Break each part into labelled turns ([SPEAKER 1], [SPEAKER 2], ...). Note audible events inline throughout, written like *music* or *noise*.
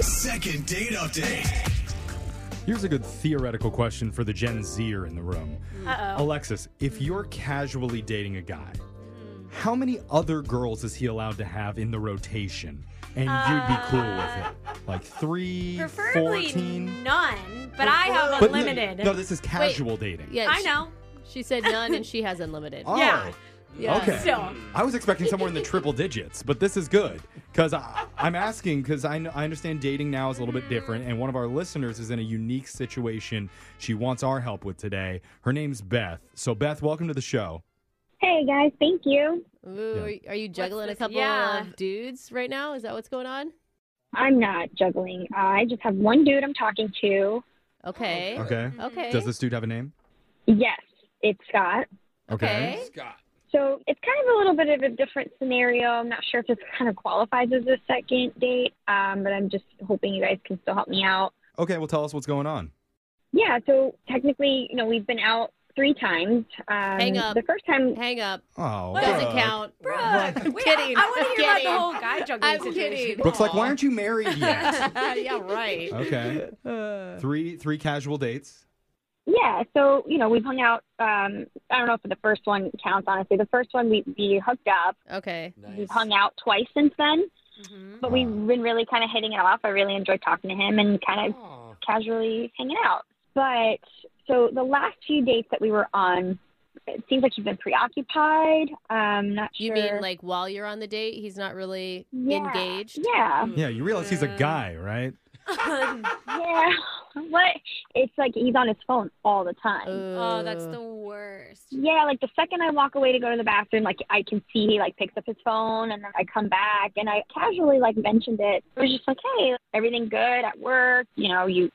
[SPEAKER 1] Second date update.
[SPEAKER 2] Here's a good theoretical question for the Gen Zer in the room. Alexis, if you're casually dating a guy, how many other girls is he allowed to have in the rotation? And you'd be cool with it. Like three,
[SPEAKER 3] Uh, Preferably
[SPEAKER 2] 14?
[SPEAKER 3] none, but I have
[SPEAKER 2] But no-
[SPEAKER 3] unlimited.
[SPEAKER 2] No, this is casual dating.
[SPEAKER 4] Yeah,
[SPEAKER 3] I
[SPEAKER 4] she-
[SPEAKER 3] know.
[SPEAKER 4] She said none, and she has unlimited.
[SPEAKER 2] *laughs* Oh,
[SPEAKER 3] yeah.
[SPEAKER 4] Yeah.
[SPEAKER 2] Okay.
[SPEAKER 3] Still.
[SPEAKER 2] I was expecting somewhere in the triple digits, but this is good because I'm asking because I, kn- I understand dating now is a little bit different, and one of our listeners is in a unique situation she wants our help with today. Her name's Beth. So, Beth, welcome to the show.
[SPEAKER 5] Hey guys, thank you.
[SPEAKER 4] Ooh, are- Are you juggling a
[SPEAKER 3] this?
[SPEAKER 4] couple
[SPEAKER 3] Yeah.
[SPEAKER 4] of dudes right now? Is that what's going on?
[SPEAKER 5] I'm not juggling. Uh, I just have one dude I'm talking to.
[SPEAKER 4] Okay.
[SPEAKER 2] Okay.
[SPEAKER 4] Okay.
[SPEAKER 2] Does this dude have a name?
[SPEAKER 5] Yes, it's Scott.
[SPEAKER 4] okay.
[SPEAKER 5] So it's kind of a little bit of a different scenario. I'm not sure if this kind of qualifies as a second date, um, but I'm just hoping you guys can still help me out.
[SPEAKER 2] Okay. Well, tell us what's going on.
[SPEAKER 5] Yeah, so technically, you know, we've been out three times. Um,
[SPEAKER 4] Hang up.
[SPEAKER 5] The first time,
[SPEAKER 4] Hang up.
[SPEAKER 2] Oh,
[SPEAKER 4] Doesn't
[SPEAKER 2] Brooke.
[SPEAKER 4] count.
[SPEAKER 3] Brooke,
[SPEAKER 4] I'm
[SPEAKER 3] wait,
[SPEAKER 4] kidding.
[SPEAKER 3] I, I want to hear
[SPEAKER 4] Kidding.
[SPEAKER 3] about the
[SPEAKER 4] *laughs*
[SPEAKER 3] whole guy juggling
[SPEAKER 4] I'm
[SPEAKER 3] situation.
[SPEAKER 4] kidding.
[SPEAKER 2] Brooks, like, why aren't you married yet?
[SPEAKER 4] yeah, right.
[SPEAKER 2] Uh, okay. Three three casual dates.
[SPEAKER 5] yeah, so, you know, we've hung out. Um, I don't know if the first one counts, honestly. The first one, we, we hooked up.
[SPEAKER 4] Okay.
[SPEAKER 5] We've hung out twice since then.
[SPEAKER 3] Mhm.
[SPEAKER 5] But we've been really kind of hitting it off. I really enjoyed talking to him and kind of casually hanging out. But so the last few dates that we were on, it seems like he's been preoccupied. Um, not
[SPEAKER 4] You
[SPEAKER 5] sure.
[SPEAKER 4] mean like while you're on the date, he's not really
[SPEAKER 5] Yeah.
[SPEAKER 4] engaged?
[SPEAKER 5] Yeah,
[SPEAKER 2] Yeah, you realize he's a guy, right?
[SPEAKER 5] yeah. *laughs* what? It's like he's on his phone all the
[SPEAKER 3] *laughs*
[SPEAKER 5] time.
[SPEAKER 3] oh, that's the *laughs* worst.
[SPEAKER 5] Yeah, like the second I walk away to go to the bathroom, like I can see he like picks up his phone and then I come back and I casually like mentioned it. It was just like, Hey, everything good at work, you know, you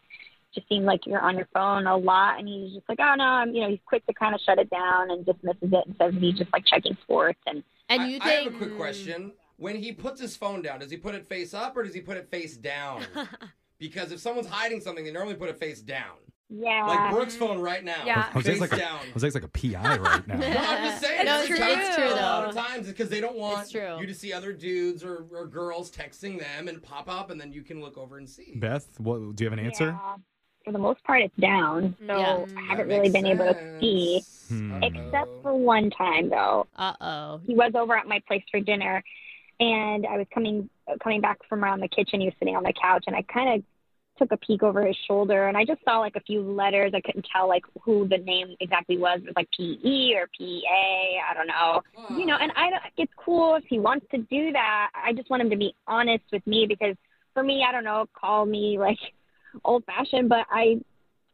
[SPEAKER 5] just seem like you're on your phone a lot and he's just like, Oh no, I'm you know, he's quick to kinda shut it down and dismisses it and says he's just like checking sports and
[SPEAKER 4] And you
[SPEAKER 6] I, I have
[SPEAKER 4] think
[SPEAKER 6] a quick question. When he puts his phone down, does he put it face up or does he put it face
[SPEAKER 4] *laughs*
[SPEAKER 6] down? because if someone's hiding something, they normally put it face down.
[SPEAKER 5] yeah.
[SPEAKER 4] Uh,
[SPEAKER 6] Like Brooke's phone right now.
[SPEAKER 3] Yeah.
[SPEAKER 2] Jose's
[SPEAKER 6] Face
[SPEAKER 2] like a,
[SPEAKER 6] down.
[SPEAKER 2] Jose's like a PI
[SPEAKER 3] *laughs*
[SPEAKER 2] right now.
[SPEAKER 6] No, I'm just saying.
[SPEAKER 3] No,
[SPEAKER 6] it's
[SPEAKER 3] it's
[SPEAKER 6] because-
[SPEAKER 3] true. It's true,
[SPEAKER 6] A lot of
[SPEAKER 4] though.
[SPEAKER 6] times because they don't want
[SPEAKER 4] It's true.
[SPEAKER 6] you to see other dudes or, or girls texting them and pop up, and then you can look over and see.
[SPEAKER 2] Beth, what, do you have an answer?
[SPEAKER 5] Yeah. For the most part it's down. So
[SPEAKER 4] Yeah.
[SPEAKER 5] I haven't really been able to see.
[SPEAKER 2] Hmm.
[SPEAKER 5] Except for one time though.
[SPEAKER 4] Uh oh.
[SPEAKER 5] he was over at my place for dinner and I was coming coming back from around the kitchen. He was sitting on the couch and I kind of took a peek over his shoulder and I just saw like a few letters. I couldn't tell like who the name exactly was. It was like PE or PA. I don't know. You know, and I don't, it's cool if he wants to do that. I just want him to be honest with me because for me, I don't know, call me like old fashioned, but I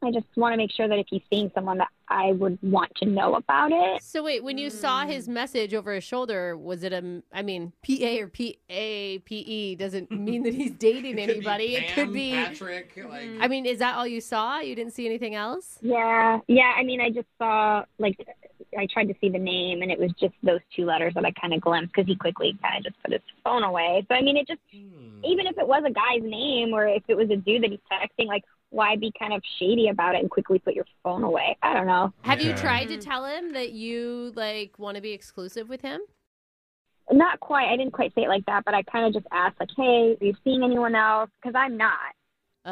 [SPEAKER 5] I just want to make sure that if he's seeing someone that I would want to know about it.
[SPEAKER 4] So wait, when you
[SPEAKER 6] Mm.
[SPEAKER 4] saw his message over his shoulder, was it a? I mean, PA or PAPE E
[SPEAKER 6] *laughs*
[SPEAKER 4] doesn't mean that he's dating
[SPEAKER 6] It could be
[SPEAKER 4] anybody. it
[SPEAKER 6] Pam,
[SPEAKER 4] could be.
[SPEAKER 6] Patrick. Like,
[SPEAKER 4] I mean, is that all you saw? You didn't see anything else?
[SPEAKER 5] Yeah, yeah. I mean, I just saw like I tried to see the name, and it was just those two letters that I kind of glimpsed because he quickly kind of just put his phone away. So I mean, it just
[SPEAKER 4] Mm-hmm.
[SPEAKER 6] hmm.
[SPEAKER 5] even if it was a guy's name or if it was a dude that he's texting, like why be kind of shady about it and quickly put your phone away? I don't know.
[SPEAKER 4] Have you
[SPEAKER 2] Okay.
[SPEAKER 4] tried
[SPEAKER 6] Mm.
[SPEAKER 4] to tell him that you like want to be exclusive with him?
[SPEAKER 5] Not quite. I didn't quite say it like that, but I kind of just asked like, "Hey, are you seeing anyone else?" Because I'm not.
[SPEAKER 6] Uh,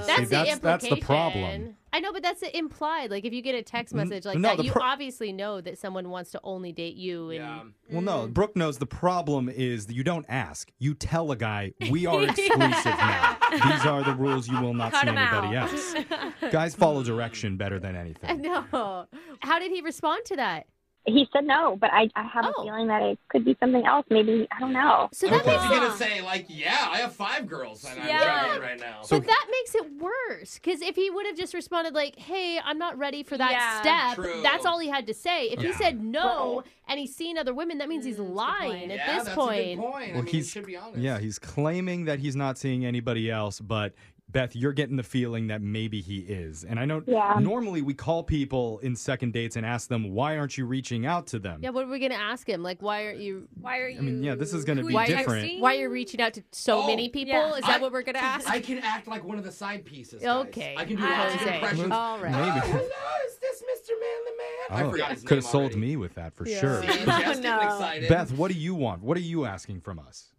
[SPEAKER 2] Oh, see,
[SPEAKER 4] Uh, that's the
[SPEAKER 2] that's- that's the problem.
[SPEAKER 4] implication. I know, but that's the implied. Like, if you get a text
[SPEAKER 2] N-
[SPEAKER 4] message like
[SPEAKER 2] no, the
[SPEAKER 4] that, you
[SPEAKER 2] pro-
[SPEAKER 4] obviously know that someone wants to only date you. And
[SPEAKER 6] yeah.
[SPEAKER 2] Well, no, Brooke knows the problem is that you don't ask. You tell a guy, we are exclusive now. These are the rules. You will not
[SPEAKER 3] Cut
[SPEAKER 2] see
[SPEAKER 3] him
[SPEAKER 2] anybody
[SPEAKER 3] out. *laughs*
[SPEAKER 2] else. Guys follow direction better than
[SPEAKER 4] *laughs* I
[SPEAKER 2] anything.
[SPEAKER 4] know. How did he respond to that?
[SPEAKER 5] He said no, but I I have
[SPEAKER 4] Oh.
[SPEAKER 5] a feeling that it could be something else. Maybe I don't know.
[SPEAKER 4] So
[SPEAKER 6] I
[SPEAKER 4] that
[SPEAKER 6] was
[SPEAKER 4] makes
[SPEAKER 6] going to
[SPEAKER 4] it-
[SPEAKER 6] say, like, yeah, I have five girls and I'm
[SPEAKER 3] Yeah.
[SPEAKER 6] juggling right now.
[SPEAKER 2] So-
[SPEAKER 4] but that makes it worse because if he would have just responded like, "Hey, I'm not ready for that
[SPEAKER 3] Yeah.
[SPEAKER 4] step,"
[SPEAKER 6] True.
[SPEAKER 4] that's all he had to say. If he
[SPEAKER 2] Yeah.
[SPEAKER 4] said no and he's seen other women, that means he's lying at
[SPEAKER 6] yeah,
[SPEAKER 4] this
[SPEAKER 6] that's
[SPEAKER 4] point.
[SPEAKER 6] a good point. I
[SPEAKER 2] Well,
[SPEAKER 6] mean,
[SPEAKER 2] he's-
[SPEAKER 6] you should be honest.
[SPEAKER 2] Yeah, he's claiming that he's not seeing anybody else, but Beth, you're getting the feeling that maybe he is. And I know
[SPEAKER 5] Yeah.
[SPEAKER 2] normally we call people in second dates and ask them, why aren't you reaching out to them?
[SPEAKER 4] Yeah, what are we gonna ask him? Like, why aren't you?
[SPEAKER 3] Why are you?
[SPEAKER 2] mean, yeah, this is gonna
[SPEAKER 3] who
[SPEAKER 2] be
[SPEAKER 3] are you
[SPEAKER 2] different.
[SPEAKER 3] texting?
[SPEAKER 4] Why are you reaching out to so
[SPEAKER 6] Oh,
[SPEAKER 4] many people?
[SPEAKER 3] yeah.
[SPEAKER 4] Is that
[SPEAKER 6] I-
[SPEAKER 4] what we're gonna ask?
[SPEAKER 6] I can act like one of the side pieces.
[SPEAKER 4] *laughs*
[SPEAKER 6] guys.
[SPEAKER 4] okay,
[SPEAKER 6] I can do lots of
[SPEAKER 4] Jose.
[SPEAKER 6] impressions.
[SPEAKER 4] All
[SPEAKER 2] *laughs*
[SPEAKER 4] right.
[SPEAKER 2] Maybe.
[SPEAKER 6] Oh, hello, is this Mr. Manly Man? I
[SPEAKER 2] Oh,
[SPEAKER 6] forgot his name
[SPEAKER 2] could have sold
[SPEAKER 6] *laughs* already.
[SPEAKER 2] me with that for
[SPEAKER 4] Yeah. *laughs*
[SPEAKER 2] sure.
[SPEAKER 6] See, Jeff's getting
[SPEAKER 3] no.
[SPEAKER 6] excited.
[SPEAKER 2] Beth, what do you want? What are you asking from us?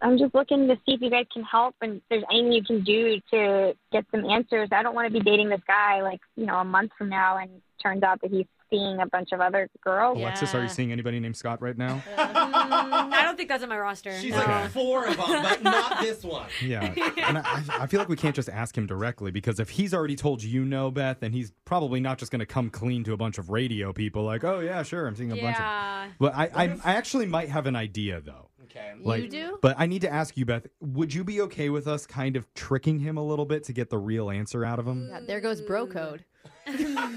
[SPEAKER 5] I'm just looking to see if you guys can help and if there's anything you can do to get some answers. I don't want to be dating this guy like, you know, a month from now and turns out that he's seeing a bunch of other girls.
[SPEAKER 2] Alexis, are you
[SPEAKER 4] Yeah.
[SPEAKER 2] seeing anybody named Scott right
[SPEAKER 6] *laughs*
[SPEAKER 2] now?
[SPEAKER 3] Mm, I don't think that's in my roster. *laughs*
[SPEAKER 6] She's
[SPEAKER 3] no.
[SPEAKER 2] Okay.
[SPEAKER 6] like four of them,
[SPEAKER 4] *laughs*
[SPEAKER 6] but not this one.
[SPEAKER 2] Yeah. And I, I- I feel like we can't just ask him directly because if he's already told you no, Beth, then he's probably not just going to come clean to a bunch of radio people like, oh, yeah, sure, I'm seeing a bunch of.
[SPEAKER 3] yeah.
[SPEAKER 2] But I, I, I actually might have an idea, though.
[SPEAKER 6] Okay.
[SPEAKER 2] Like,
[SPEAKER 4] you do?
[SPEAKER 2] But I need to ask you, Beth, would you be okay with us kind of tricking him a little bit to get the real answer out of him?
[SPEAKER 4] Yeah, there goes bro *laughs* code.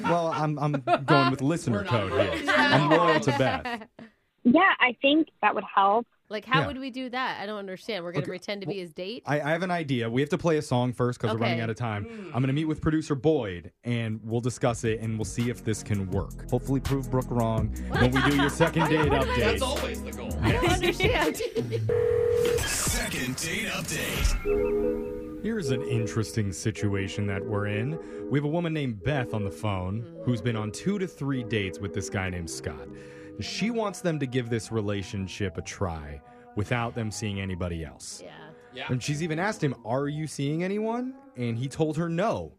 [SPEAKER 2] Well, I'm, I'm going
[SPEAKER 6] *laughs*
[SPEAKER 2] with listener
[SPEAKER 6] We're not
[SPEAKER 2] code here.
[SPEAKER 6] royal.
[SPEAKER 2] I'm loyal to Beth.
[SPEAKER 5] Yeah, I think that would help.
[SPEAKER 4] *laughs* Like, how
[SPEAKER 2] Yeah.
[SPEAKER 4] would we do that? I don't understand. We're going to
[SPEAKER 2] Okay,
[SPEAKER 4] pretend to be his date?
[SPEAKER 2] I, I have an idea. We have to play a song first because we're
[SPEAKER 4] Okay.
[SPEAKER 2] running out of time. I'm going to meet with producer Boyd and we'll discuss it and we'll see if this can work. Hopefully, prove Brooke wrong when we do your second date
[SPEAKER 6] That's
[SPEAKER 2] update.
[SPEAKER 6] always the goal.
[SPEAKER 1] Second date update.
[SPEAKER 2] Here's an interesting situation that we're in. We have a woman named Beth on the phone who's been on two to three dates with this guy named Scott. She wants them to give this relationship a try without them seeing anybody else.
[SPEAKER 4] *laughs* *laughs* yeah.
[SPEAKER 6] Yeah.
[SPEAKER 2] And she's even asked him, Are you seeing anyone? And he told her no.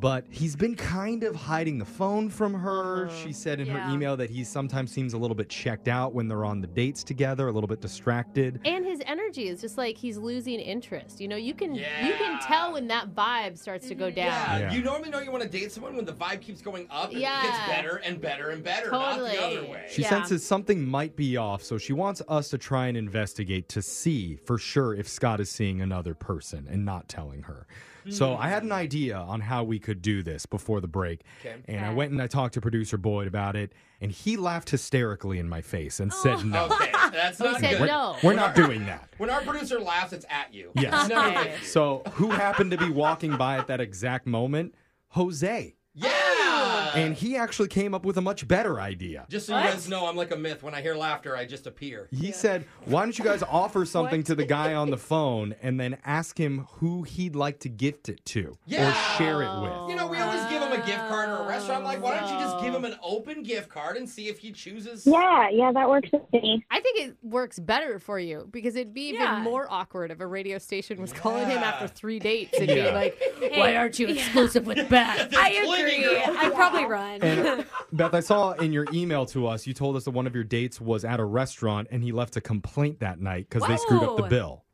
[SPEAKER 2] But he's been kind of hiding the phone from her. She said in
[SPEAKER 3] Uh, Yeah.
[SPEAKER 2] her email that he sometimes seems a little bit checked out when they're on the dates together, a little bit distracted.
[SPEAKER 4] And his energy is just like he's losing interest. You know, you can you can
[SPEAKER 6] Yeah. Mm-hmm.
[SPEAKER 4] tell when that vibe starts to go
[SPEAKER 6] Yeah.
[SPEAKER 4] down.
[SPEAKER 2] Yeah.
[SPEAKER 6] you normally know you want to date someone when the vibe keeps going up and it
[SPEAKER 4] Yeah.
[SPEAKER 6] gets better and better and better, not the
[SPEAKER 4] Totally.
[SPEAKER 6] other way.
[SPEAKER 2] She
[SPEAKER 4] Yeah.
[SPEAKER 2] senses something might be off, so she wants us to try and investigate to see for sure if Scott is seeing another person and not telling her. So I
[SPEAKER 3] Hmm.
[SPEAKER 2] had an idea on how we could do this before the break.
[SPEAKER 6] Okay.
[SPEAKER 2] And I
[SPEAKER 3] Okay.
[SPEAKER 2] went and I talked to producer Boyd about it, and he laughed hysterically in my face and
[SPEAKER 3] Oh.
[SPEAKER 2] said no.
[SPEAKER 6] *laughs* Okay, that's
[SPEAKER 4] We
[SPEAKER 6] not
[SPEAKER 4] said
[SPEAKER 6] good.
[SPEAKER 2] We're,
[SPEAKER 4] no.
[SPEAKER 2] we're not doing that.
[SPEAKER 6] When our producer laughs, it's at you.
[SPEAKER 2] Yes.
[SPEAKER 6] It's never
[SPEAKER 4] Okay.
[SPEAKER 6] good.
[SPEAKER 2] So, who happened to be walking by at that exact moment? Jose.
[SPEAKER 6] Yeah.
[SPEAKER 2] Oh. And he actually came up with a much better idea.
[SPEAKER 6] just so you guys know, I'm like a myth. When I hear laughter, I just appear.
[SPEAKER 2] He said, Why don't you guys offer something to the guy on the phone and then ask him who he'd like to gift it to or
[SPEAKER 6] Yeah.
[SPEAKER 2] share it with?
[SPEAKER 6] You know, we always give him a gift card or a restaurant. I'm like, why don't you just give him an open gift card and see if he chooses?
[SPEAKER 5] Yeah, yeah, that works with me.
[SPEAKER 4] I think it works better for you because it'd be even
[SPEAKER 3] Yeah.
[SPEAKER 4] more awkward if a radio station was calling him
[SPEAKER 6] Yeah.
[SPEAKER 4] after three dates and
[SPEAKER 2] Yeah.
[SPEAKER 4] being like, "Why aren't you exclusive with Beth?"
[SPEAKER 3] I
[SPEAKER 6] Clinging
[SPEAKER 3] agree.
[SPEAKER 6] girl.
[SPEAKER 3] I'd probably run.
[SPEAKER 2] And
[SPEAKER 3] *laughs*
[SPEAKER 2] Beth, I saw in your email to us, you told us that one of your dates was at a restaurant and he left a complaint that night because they screwed up the
[SPEAKER 4] Oh.
[SPEAKER 3] Whoa.
[SPEAKER 2] bill.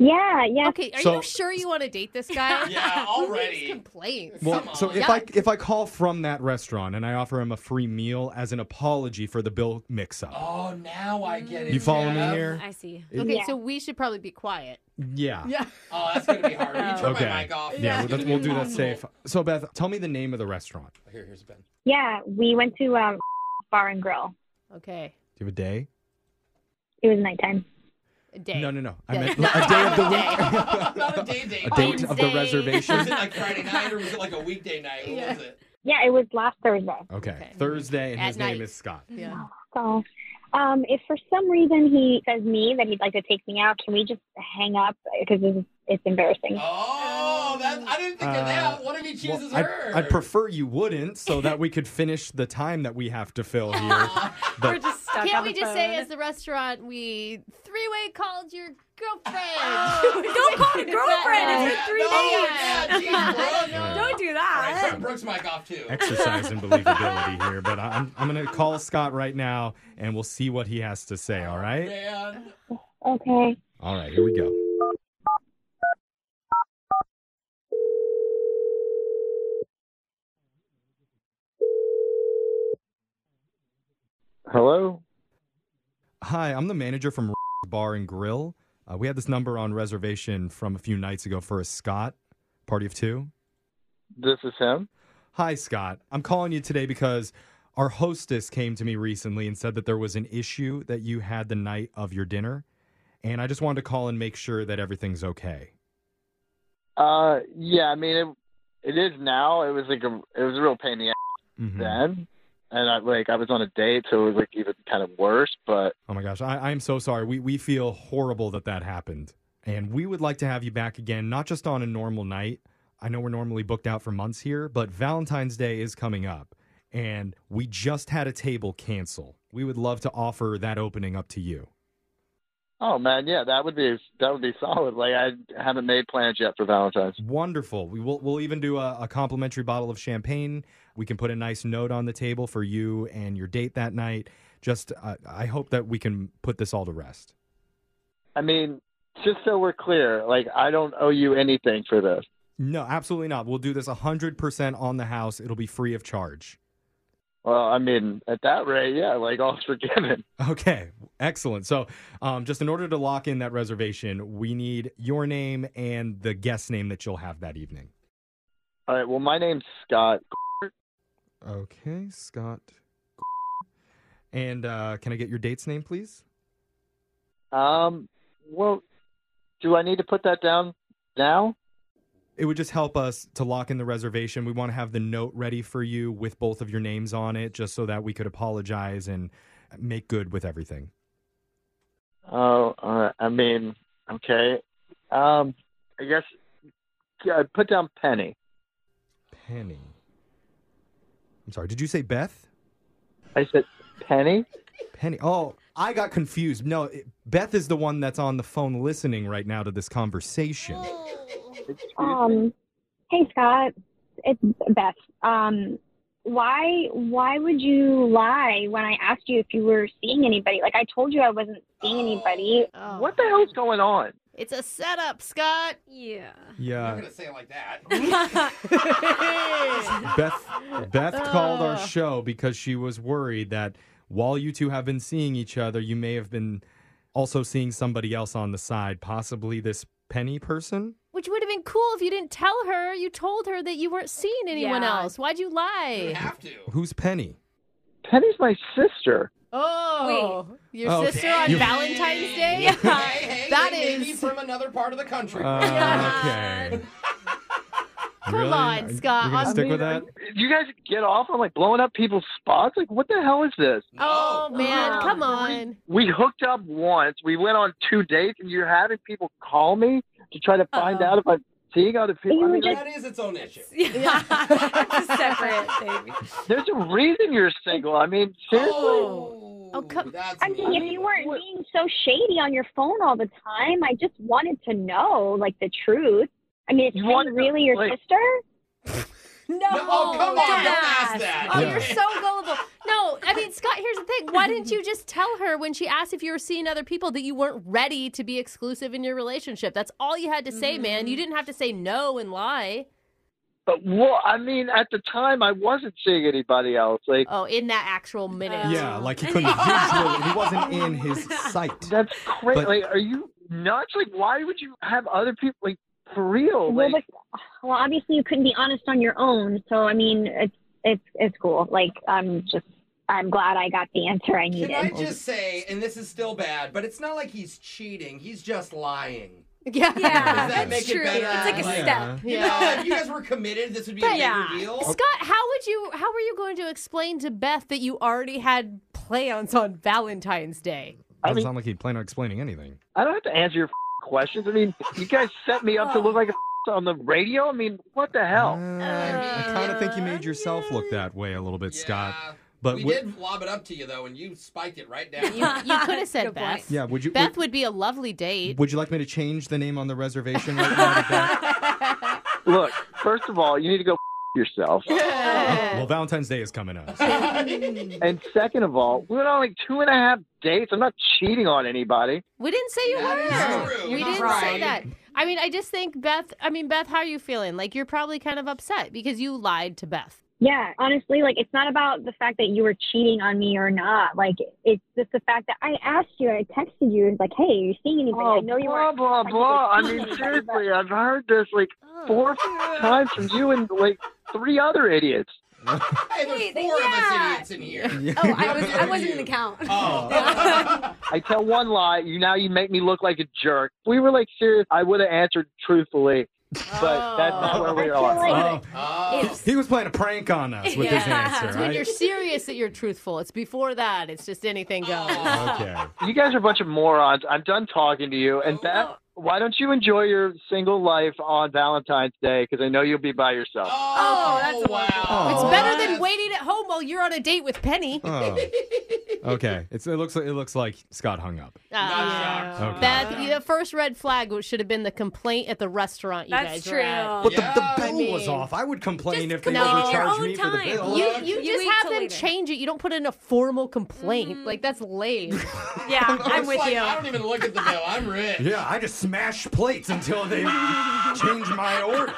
[SPEAKER 5] Yeah, yeah.
[SPEAKER 4] Okay, are
[SPEAKER 2] So-
[SPEAKER 4] you sure you want to date this guy?
[SPEAKER 6] Yeah,
[SPEAKER 4] *laughs* Who leaves
[SPEAKER 6] already.
[SPEAKER 4] complaints.
[SPEAKER 2] Well,
[SPEAKER 6] Come
[SPEAKER 2] so
[SPEAKER 6] on.
[SPEAKER 2] if I
[SPEAKER 4] Yuck.
[SPEAKER 2] if I call from that restaurant and I offer him a free meal as an apology for the bill mix-up,
[SPEAKER 6] Oh, now I get it.
[SPEAKER 2] you follow me
[SPEAKER 6] Jeff.
[SPEAKER 2] here?
[SPEAKER 3] I see.
[SPEAKER 4] okay,
[SPEAKER 5] Yeah.
[SPEAKER 4] so we should probably be quiet.
[SPEAKER 2] Yeah.
[SPEAKER 4] Yeah.
[SPEAKER 6] Oh, that's gonna be hard. You turn
[SPEAKER 2] Okay.
[SPEAKER 6] my mic off.
[SPEAKER 2] Yeah,
[SPEAKER 6] It's
[SPEAKER 2] we'll,
[SPEAKER 6] gonna be
[SPEAKER 2] we'll do that
[SPEAKER 6] impossible.
[SPEAKER 2] safe. So, Beth, tell me the name of the restaurant.
[SPEAKER 6] *laughs* Here, here's a pen. *laughs*
[SPEAKER 5] Yeah, we went to um, Bar and Grill.
[SPEAKER 4] Okay.
[SPEAKER 2] Do you have a day?
[SPEAKER 5] It was nighttime.
[SPEAKER 4] A day.
[SPEAKER 2] No, no, no. I
[SPEAKER 4] Yeah.
[SPEAKER 2] meant like, a day of the week. *laughs*
[SPEAKER 6] Not a day date.
[SPEAKER 2] a date of the
[SPEAKER 4] Wednesday.
[SPEAKER 6] *laughs* Was it
[SPEAKER 2] reservation.
[SPEAKER 6] like Friday night or was it like a weekday night? What was it?
[SPEAKER 5] Yeah, it was last Thursday.
[SPEAKER 2] Okay.
[SPEAKER 4] Okay.
[SPEAKER 2] Thursday, and
[SPEAKER 4] At
[SPEAKER 2] his name
[SPEAKER 4] night.
[SPEAKER 2] is Scott.
[SPEAKER 4] Yeah.
[SPEAKER 5] So, um, if for some reason he says me that he'd like to take me out, can we just hang up? Because it's, it's embarrassing.
[SPEAKER 6] Oh, that I didn't think of that.
[SPEAKER 2] Uh,
[SPEAKER 6] What if he
[SPEAKER 2] Well,
[SPEAKER 6] chooses
[SPEAKER 2] I-
[SPEAKER 6] her?
[SPEAKER 2] I'd
[SPEAKER 6] *laughs*
[SPEAKER 2] prefer you wouldn't, so that we could finish the time that we have to fill here.
[SPEAKER 3] We're
[SPEAKER 2] But
[SPEAKER 3] just stuck
[SPEAKER 4] Can't
[SPEAKER 3] on
[SPEAKER 4] we
[SPEAKER 3] the
[SPEAKER 4] just say,
[SPEAKER 3] phone.
[SPEAKER 4] as the restaurant, we three-way called your *laughs* girlfriend?
[SPEAKER 3] don't call *laughs* it girlfriend. It's been three
[SPEAKER 6] Yeah,
[SPEAKER 3] days. *laughs*
[SPEAKER 6] no, yeah, geez, bro.
[SPEAKER 2] Yeah.
[SPEAKER 3] Don't do
[SPEAKER 6] All right,
[SPEAKER 3] that.
[SPEAKER 6] sorry, Brooke's mic off too.
[SPEAKER 2] exercise in believability here. But I- I'm I'm gonna call Scott right now, and we'll see what he has to say. All right.
[SPEAKER 6] Man.
[SPEAKER 5] Okay.
[SPEAKER 2] All right. Here we go.
[SPEAKER 7] Hello?
[SPEAKER 2] Hi, I'm the manager from Bar and Grill. Uh, we had this number on reservation from a few nights ago for a Scott party of two.
[SPEAKER 7] This is him?
[SPEAKER 2] Hi, Scott. I'm calling you today because our hostess came to me recently and said that there was an issue that you had the night of your dinner. And I just wanted to call and make sure that everything's okay.
[SPEAKER 7] Uh yeah, I mean it it is now. It was like a it was a real pain in the ass
[SPEAKER 2] Mhm.
[SPEAKER 7] then. And I like I was on a date so it was like even kind of worse, but
[SPEAKER 2] Oh my gosh, I, I'm so sorry. We, we feel horrible that that happened. And we would like to have you back again, not just on a normal night. I know we're normally booked out for months here, but Valentine's Day is coming up. And we just had a table cancel. We would love to offer that opening up to you.
[SPEAKER 7] Oh man, yeah, that would be that would be solid. Like I haven't made plans yet for Valentine's.
[SPEAKER 2] Wonderful. We will we'll even do a, a complimentary bottle of champagne. We can put a nice note on the table for you and your date that night. Just uh, I hope that we can put this all to rest.
[SPEAKER 7] I mean, just so we're clear, like I don't owe you anything for this.
[SPEAKER 2] No, absolutely not. We'll do this 100% on the house. It'll be free of charge.
[SPEAKER 7] Well, I mean, at that rate, yeah, like *laughs* all's forgiven.
[SPEAKER 2] Okay, excellent. So, um, just in order to lock in that reservation, we need your name and the guest name that you'll have that evening.
[SPEAKER 7] All right. Well, my name's Scott.
[SPEAKER 2] Okay, Scott. And uh, can I get your date's name, please?
[SPEAKER 7] Um, well, do I need to put that down now?
[SPEAKER 2] It would just help us to lock in the reservation. We want to have the note ready for you with both of your names on it, just so that we could apologize and make good with everything.
[SPEAKER 7] Oh, all right. I mean, okay. Um, I guess yeah, I put down Penny.
[SPEAKER 2] Penny. I'm sorry, did you say Beth?
[SPEAKER 7] I said Penny.
[SPEAKER 2] Penny. Oh, I got confused. No, it, Beth is the one that's on the phone listening right now to this conversation.
[SPEAKER 4] Oh.
[SPEAKER 5] Um, hey Scott, it's Beth. Um, why why would you lie when I asked you if you were seeing anybody? Like I told you I wasn't seeing anybody.
[SPEAKER 4] Oh.
[SPEAKER 7] What the hell's going on?
[SPEAKER 4] It's a setup, Scott.
[SPEAKER 3] *laughs* Yeah.
[SPEAKER 6] I'm
[SPEAKER 2] Yeah,
[SPEAKER 6] not gonna say it like
[SPEAKER 4] *laughs*
[SPEAKER 6] that.
[SPEAKER 2] Beth. Beth
[SPEAKER 4] *laughs*
[SPEAKER 2] called our
[SPEAKER 4] Ugh.
[SPEAKER 2] show because she was worried that while you two have been seeing each other, you may have been also seeing somebody else on the side, possibly this Penny person.
[SPEAKER 4] *laughs* Which would have been cool if you didn't tell her. You told her that you weren't seeing anyone
[SPEAKER 3] Yeah.
[SPEAKER 4] else. Why'd you
[SPEAKER 6] You
[SPEAKER 4] lie?
[SPEAKER 6] have to.
[SPEAKER 2] Who's
[SPEAKER 4] *laughs*
[SPEAKER 2] Penny?
[SPEAKER 7] Penny's my sister.
[SPEAKER 4] Oh, your
[SPEAKER 2] Oh,
[SPEAKER 4] sister on
[SPEAKER 2] you-
[SPEAKER 4] Valentine's Day.
[SPEAKER 6] Hey, hey,
[SPEAKER 4] That
[SPEAKER 6] they may be
[SPEAKER 4] is-
[SPEAKER 6] from another part of the country. *laughs*
[SPEAKER 2] Uh, okay.
[SPEAKER 4] Come
[SPEAKER 2] Really?
[SPEAKER 4] on,
[SPEAKER 2] Are you-
[SPEAKER 4] Scott.
[SPEAKER 2] You're gonna
[SPEAKER 4] I'm-
[SPEAKER 2] stick with that?
[SPEAKER 7] You guys get off on like blowing up people's spots. Like, what the hell is this?
[SPEAKER 4] *laughs* Oh
[SPEAKER 6] No.
[SPEAKER 4] man,
[SPEAKER 5] Oh.
[SPEAKER 4] come on.
[SPEAKER 7] We hooked up once. We went on two dates, and you're having people call me to try to find
[SPEAKER 3] Uh-oh.
[SPEAKER 7] out if I'm seeing other people.
[SPEAKER 5] Uh-huh. You
[SPEAKER 7] I
[SPEAKER 4] Oh.
[SPEAKER 7] mean,
[SPEAKER 5] just-
[SPEAKER 7] like,
[SPEAKER 6] That is its own
[SPEAKER 4] *laughs*
[SPEAKER 6] issue.
[SPEAKER 3] Yeah. *laughs* it's a separate
[SPEAKER 6] *laughs*
[SPEAKER 3] thing.
[SPEAKER 7] there's a reason you're single. I mean, seriously.
[SPEAKER 6] Oh,
[SPEAKER 4] Oh, come-
[SPEAKER 6] that's
[SPEAKER 5] I mean, if
[SPEAKER 6] mean.
[SPEAKER 5] you weren't being so shady on your phone all the time, I just wanted to know like the truth. I mean, is
[SPEAKER 7] You
[SPEAKER 5] Penny
[SPEAKER 7] wanted to-
[SPEAKER 5] really your
[SPEAKER 7] like-
[SPEAKER 5] sister?
[SPEAKER 4] No,
[SPEAKER 6] No, oh, come on, don't ask that.
[SPEAKER 4] Oh,
[SPEAKER 2] Yeah.
[SPEAKER 4] you're so gullible. No, I mean, Scott, here's the thing. Why didn't you just tell her when she asked if you were seeing other people that you weren't ready to be exclusive in your relationship? That's all you had to say, man. You didn't have to say no and lie.
[SPEAKER 7] But well, I mean, at the time, I wasn't seeing anybody else. Like,
[SPEAKER 4] Oh, in that actual minute.
[SPEAKER 3] Uh,
[SPEAKER 2] Yeah, like he couldn't
[SPEAKER 4] *laughs*
[SPEAKER 2] visually. He wasn't in his sight.
[SPEAKER 7] that's crazy.
[SPEAKER 2] But-
[SPEAKER 7] like, are you nuts? Like, why would you have other people? Like, for real?
[SPEAKER 5] Well,
[SPEAKER 7] Like,
[SPEAKER 5] but, well, obviously you couldn't be honest on your own. So I mean, it's it's it's cool. Like I'm just I'm glad I got the answer I needed.
[SPEAKER 6] Can I just say, and this is still bad, but it's not like he's cheating. He's just
[SPEAKER 4] *laughs*
[SPEAKER 6] lying.
[SPEAKER 4] Yeah.
[SPEAKER 3] Yeah,
[SPEAKER 6] Does that
[SPEAKER 3] that's
[SPEAKER 6] make it
[SPEAKER 3] true.
[SPEAKER 6] better?
[SPEAKER 3] It's like a
[SPEAKER 2] Like-
[SPEAKER 3] step.
[SPEAKER 6] You
[SPEAKER 4] Yeah.
[SPEAKER 6] know, if you guys were committed, this would be a big
[SPEAKER 3] Yeah.
[SPEAKER 6] reveal.
[SPEAKER 4] Scott, how would you how were you going to explain to Beth that you already had plans on Valentine's Day?
[SPEAKER 7] I
[SPEAKER 2] Doesn't
[SPEAKER 7] mean-
[SPEAKER 2] sound like he planned on explaining anything.
[SPEAKER 7] I don't have to answer your *laughs* f***ing questions. I mean, you guys set me up to look like a *laughs* f- on the radio. I mean, what the hell?
[SPEAKER 2] Uh, I kind of think you made yourself look that way a little bit,
[SPEAKER 6] Yeah.
[SPEAKER 2] Scott. But
[SPEAKER 6] we
[SPEAKER 2] would-
[SPEAKER 6] did lob it up to you though, and you spiked it right
[SPEAKER 4] You,
[SPEAKER 6] *laughs* down.
[SPEAKER 4] you could have said
[SPEAKER 3] Good
[SPEAKER 4] Beth.
[SPEAKER 3] point.
[SPEAKER 2] Yeah, would you
[SPEAKER 4] Beth would be a lovely date.
[SPEAKER 2] would, would you like me to change the name on the reservation right now? to
[SPEAKER 3] *laughs*
[SPEAKER 2] Beth?
[SPEAKER 7] Look, first of all, you need to go *laughs* f-
[SPEAKER 5] *laughs*
[SPEAKER 7] yourself.
[SPEAKER 2] Oh, well, Valentine's Day is coming up.
[SPEAKER 7] And second of all, we went on like two and a half dates. I'm not cheating on anybody.
[SPEAKER 4] We didn't say you
[SPEAKER 6] That
[SPEAKER 4] were.
[SPEAKER 6] is true.
[SPEAKER 4] We
[SPEAKER 6] You're
[SPEAKER 4] didn't
[SPEAKER 3] not
[SPEAKER 4] say
[SPEAKER 3] right.
[SPEAKER 4] that. I mean, I just think Beth. I mean, Beth, how are you feeling? Like you're probably kind of upset because you lied to Beth.
[SPEAKER 5] Yeah, honestly, like it's not about the fact that you were cheating on me or not. Like it's just the fact that I asked you, I texted you, it's like, hey, are you seeing anything? I
[SPEAKER 7] Oh,
[SPEAKER 5] know you
[SPEAKER 7] blah
[SPEAKER 5] weren't.
[SPEAKER 7] blah blah. I mean, seriously, I've heard this like
[SPEAKER 3] Oh.
[SPEAKER 5] *laughs*
[SPEAKER 7] four times from you and like three other idiots.
[SPEAKER 6] hey, there's
[SPEAKER 3] Wait,
[SPEAKER 6] four of
[SPEAKER 3] yeah.
[SPEAKER 6] us idiots in here.
[SPEAKER 3] Oh, I was I wasn't in the count.
[SPEAKER 4] *laughs*
[SPEAKER 6] Oh.
[SPEAKER 7] I tell one lie, you now you make me look like a jerk. If we were like serious, I would have answered truthfully, but that's not where we
[SPEAKER 5] I feel
[SPEAKER 7] are.
[SPEAKER 5] like-
[SPEAKER 2] *laughs* Oh,
[SPEAKER 6] oh.
[SPEAKER 2] he was playing a prank on us with his
[SPEAKER 3] Yeah.
[SPEAKER 2] answer.
[SPEAKER 3] It's
[SPEAKER 4] When
[SPEAKER 2] I-
[SPEAKER 4] you're serious that you're truthful, it's before that. It's just anything goes.
[SPEAKER 2] okay.
[SPEAKER 7] You guys are a bunch of morons. I'm done talking to you. And Beth, why don't you enjoy your single life on Valentine's Day? Because I know you'll be by yourself.
[SPEAKER 6] Oh,
[SPEAKER 3] that's
[SPEAKER 6] wow.
[SPEAKER 2] Oh.
[SPEAKER 4] It's better than waiting at home while you're on a date with Penny.
[SPEAKER 2] Oh. Okay, it's, it looks like it looks like Scott hung up.
[SPEAKER 4] Ah.
[SPEAKER 6] shocked.
[SPEAKER 2] Okay.
[SPEAKER 4] Beth, the first red flag should have been the complaint at the restaurant you
[SPEAKER 3] That's
[SPEAKER 4] guys were at.
[SPEAKER 3] true.
[SPEAKER 2] But the,
[SPEAKER 6] Yeah.
[SPEAKER 2] the bill
[SPEAKER 4] I mean,
[SPEAKER 2] was off. I would complain
[SPEAKER 3] just
[SPEAKER 2] if they
[SPEAKER 3] complain
[SPEAKER 2] overcharged
[SPEAKER 3] in your own
[SPEAKER 2] me for the
[SPEAKER 3] time.
[SPEAKER 2] bill.
[SPEAKER 4] You,
[SPEAKER 6] Look,
[SPEAKER 4] you,
[SPEAKER 3] you
[SPEAKER 4] just
[SPEAKER 3] wait
[SPEAKER 4] have
[SPEAKER 3] till
[SPEAKER 4] them
[SPEAKER 3] later.
[SPEAKER 4] change it. You don't put in a formal complaint. Like that's lame.
[SPEAKER 6] *laughs*
[SPEAKER 3] yeah,
[SPEAKER 6] I
[SPEAKER 3] I'm
[SPEAKER 6] was
[SPEAKER 3] with
[SPEAKER 6] like,
[SPEAKER 3] you.
[SPEAKER 6] I don't even look at the bill. I'm rich.
[SPEAKER 2] Yeah, I just smashed plates until
[SPEAKER 3] *laughs*
[SPEAKER 2] they changed my order.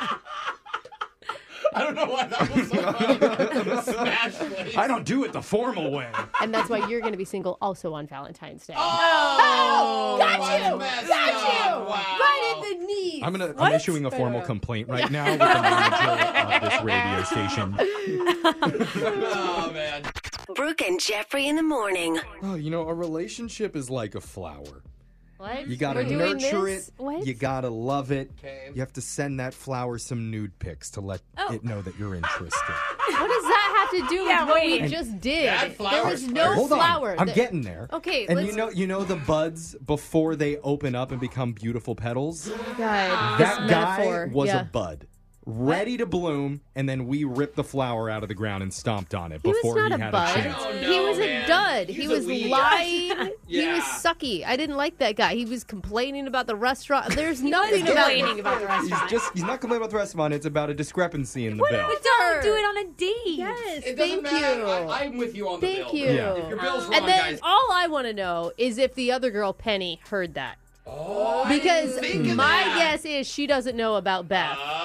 [SPEAKER 6] I don't know why that was so
[SPEAKER 2] *laughs*
[SPEAKER 6] funny. Smash face.
[SPEAKER 2] I don't do it the formal way.
[SPEAKER 4] and that's why you're going to be single also on Valentine's Day.
[SPEAKER 6] Oh,
[SPEAKER 4] Got
[SPEAKER 6] that's
[SPEAKER 4] you.
[SPEAKER 6] messed
[SPEAKER 4] Got
[SPEAKER 6] up.
[SPEAKER 4] you.
[SPEAKER 6] Wow.
[SPEAKER 3] Right in the knees.
[SPEAKER 2] I'm gonna.
[SPEAKER 3] What?
[SPEAKER 2] I'm issuing a formal complaint right now with the manager
[SPEAKER 4] *laughs*
[SPEAKER 2] of this radio station.
[SPEAKER 6] Oh man.
[SPEAKER 8] Brooke and Jeffrey in the morning.
[SPEAKER 2] Oh, you know, a relationship is like a flower.
[SPEAKER 4] What?
[SPEAKER 2] You gotta
[SPEAKER 4] Mm-hmm. We're doing
[SPEAKER 2] nurture
[SPEAKER 4] this?
[SPEAKER 2] it.
[SPEAKER 4] What?
[SPEAKER 2] You gotta love it.
[SPEAKER 6] Okay.
[SPEAKER 2] You have to send that flower some nude pics to let
[SPEAKER 3] Oh.
[SPEAKER 2] it know that you're interested.
[SPEAKER 4] what does that have to do
[SPEAKER 3] Yeah,
[SPEAKER 4] with what we
[SPEAKER 3] wait.
[SPEAKER 4] just did?
[SPEAKER 6] Add
[SPEAKER 4] there
[SPEAKER 6] flowers
[SPEAKER 4] was no
[SPEAKER 6] first.
[SPEAKER 2] Hold
[SPEAKER 4] flower.
[SPEAKER 2] on, I'm
[SPEAKER 4] There-
[SPEAKER 2] getting there.
[SPEAKER 4] Okay,
[SPEAKER 2] And
[SPEAKER 4] let's-
[SPEAKER 2] you know, you know the buds before they open up and become beautiful petals.
[SPEAKER 4] God, this
[SPEAKER 2] that guy
[SPEAKER 4] metaphor.
[SPEAKER 2] was
[SPEAKER 4] yeah.
[SPEAKER 2] a bud, ready to bloom, and then we ripped the flower out of the ground and stomped on it
[SPEAKER 4] He was
[SPEAKER 2] before
[SPEAKER 4] not
[SPEAKER 2] he
[SPEAKER 4] a
[SPEAKER 2] had
[SPEAKER 4] bud.
[SPEAKER 2] a chance.
[SPEAKER 6] Oh, no,
[SPEAKER 4] he was
[SPEAKER 6] man.
[SPEAKER 4] a dud. he
[SPEAKER 6] He's a
[SPEAKER 4] was
[SPEAKER 6] weed.
[SPEAKER 4] lying. He was
[SPEAKER 6] Yeah.
[SPEAKER 4] sucky. I didn't like that guy. He was complaining about the restaurant. There's nothing
[SPEAKER 3] complaining about the
[SPEAKER 2] He's
[SPEAKER 3] restaurant.
[SPEAKER 2] just he's not complaining about the restaurant. It's about a discrepancy in the bill.
[SPEAKER 3] But don't do it on a date.
[SPEAKER 4] Yes,
[SPEAKER 6] It
[SPEAKER 4] thank
[SPEAKER 6] doesn't matter.
[SPEAKER 4] you.
[SPEAKER 6] I, I'm with you on the bill.
[SPEAKER 4] Thank you.
[SPEAKER 2] Yeah.
[SPEAKER 6] If your bill's wrong,
[SPEAKER 4] and then
[SPEAKER 6] guys.
[SPEAKER 4] all I want to know is if the other girl, Penny, heard that.
[SPEAKER 6] Oh, I didn't
[SPEAKER 4] Because
[SPEAKER 6] think of
[SPEAKER 4] my
[SPEAKER 6] that.
[SPEAKER 4] guess is she doesn't know about Beth.
[SPEAKER 6] Oh.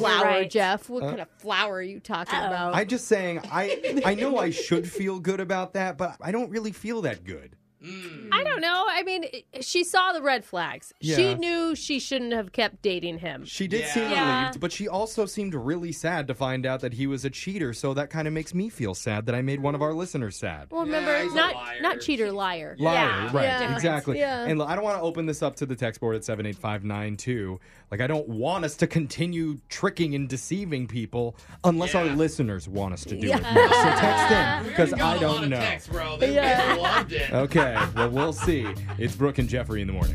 [SPEAKER 4] flower,
[SPEAKER 3] right.
[SPEAKER 4] Jeff. What kind of flower are you talking about?
[SPEAKER 2] I'm just saying, I I know I should feel good about that, but I don't really feel that good.
[SPEAKER 4] I don't know. I mean, it- she saw the red flags.
[SPEAKER 2] Yeah.
[SPEAKER 4] She knew she shouldn't have kept dating him.
[SPEAKER 2] She did
[SPEAKER 6] Yeah.
[SPEAKER 2] seem
[SPEAKER 3] Yeah.
[SPEAKER 2] relieved, but she also seemed really sad to find out that he was a cheater. So that kind of makes me feel sad that I made one of our listeners sad.
[SPEAKER 4] Well,
[SPEAKER 6] Yeah,
[SPEAKER 4] remember,
[SPEAKER 6] he's a liar.
[SPEAKER 4] not not cheater, liar.
[SPEAKER 2] Liar,
[SPEAKER 3] Yeah.
[SPEAKER 2] right,
[SPEAKER 4] Yeah.
[SPEAKER 2] exactly.
[SPEAKER 4] Yeah.
[SPEAKER 2] And look, I don't want to open this up to the text board at 78592. Like, I don't want us to continue tricking and deceiving people unless our
[SPEAKER 6] Yeah.
[SPEAKER 2] listeners want us to do it.
[SPEAKER 4] Yeah.
[SPEAKER 2] More. So text in,
[SPEAKER 6] We
[SPEAKER 2] because
[SPEAKER 6] already got
[SPEAKER 2] I
[SPEAKER 6] a lot
[SPEAKER 2] don't
[SPEAKER 6] of
[SPEAKER 2] know.
[SPEAKER 6] Texts, bro. They
[SPEAKER 4] Yeah.
[SPEAKER 2] *laughs*
[SPEAKER 6] loved it.
[SPEAKER 2] Okay, well, we'll see. It's Brooke and Jeffrey in the morning.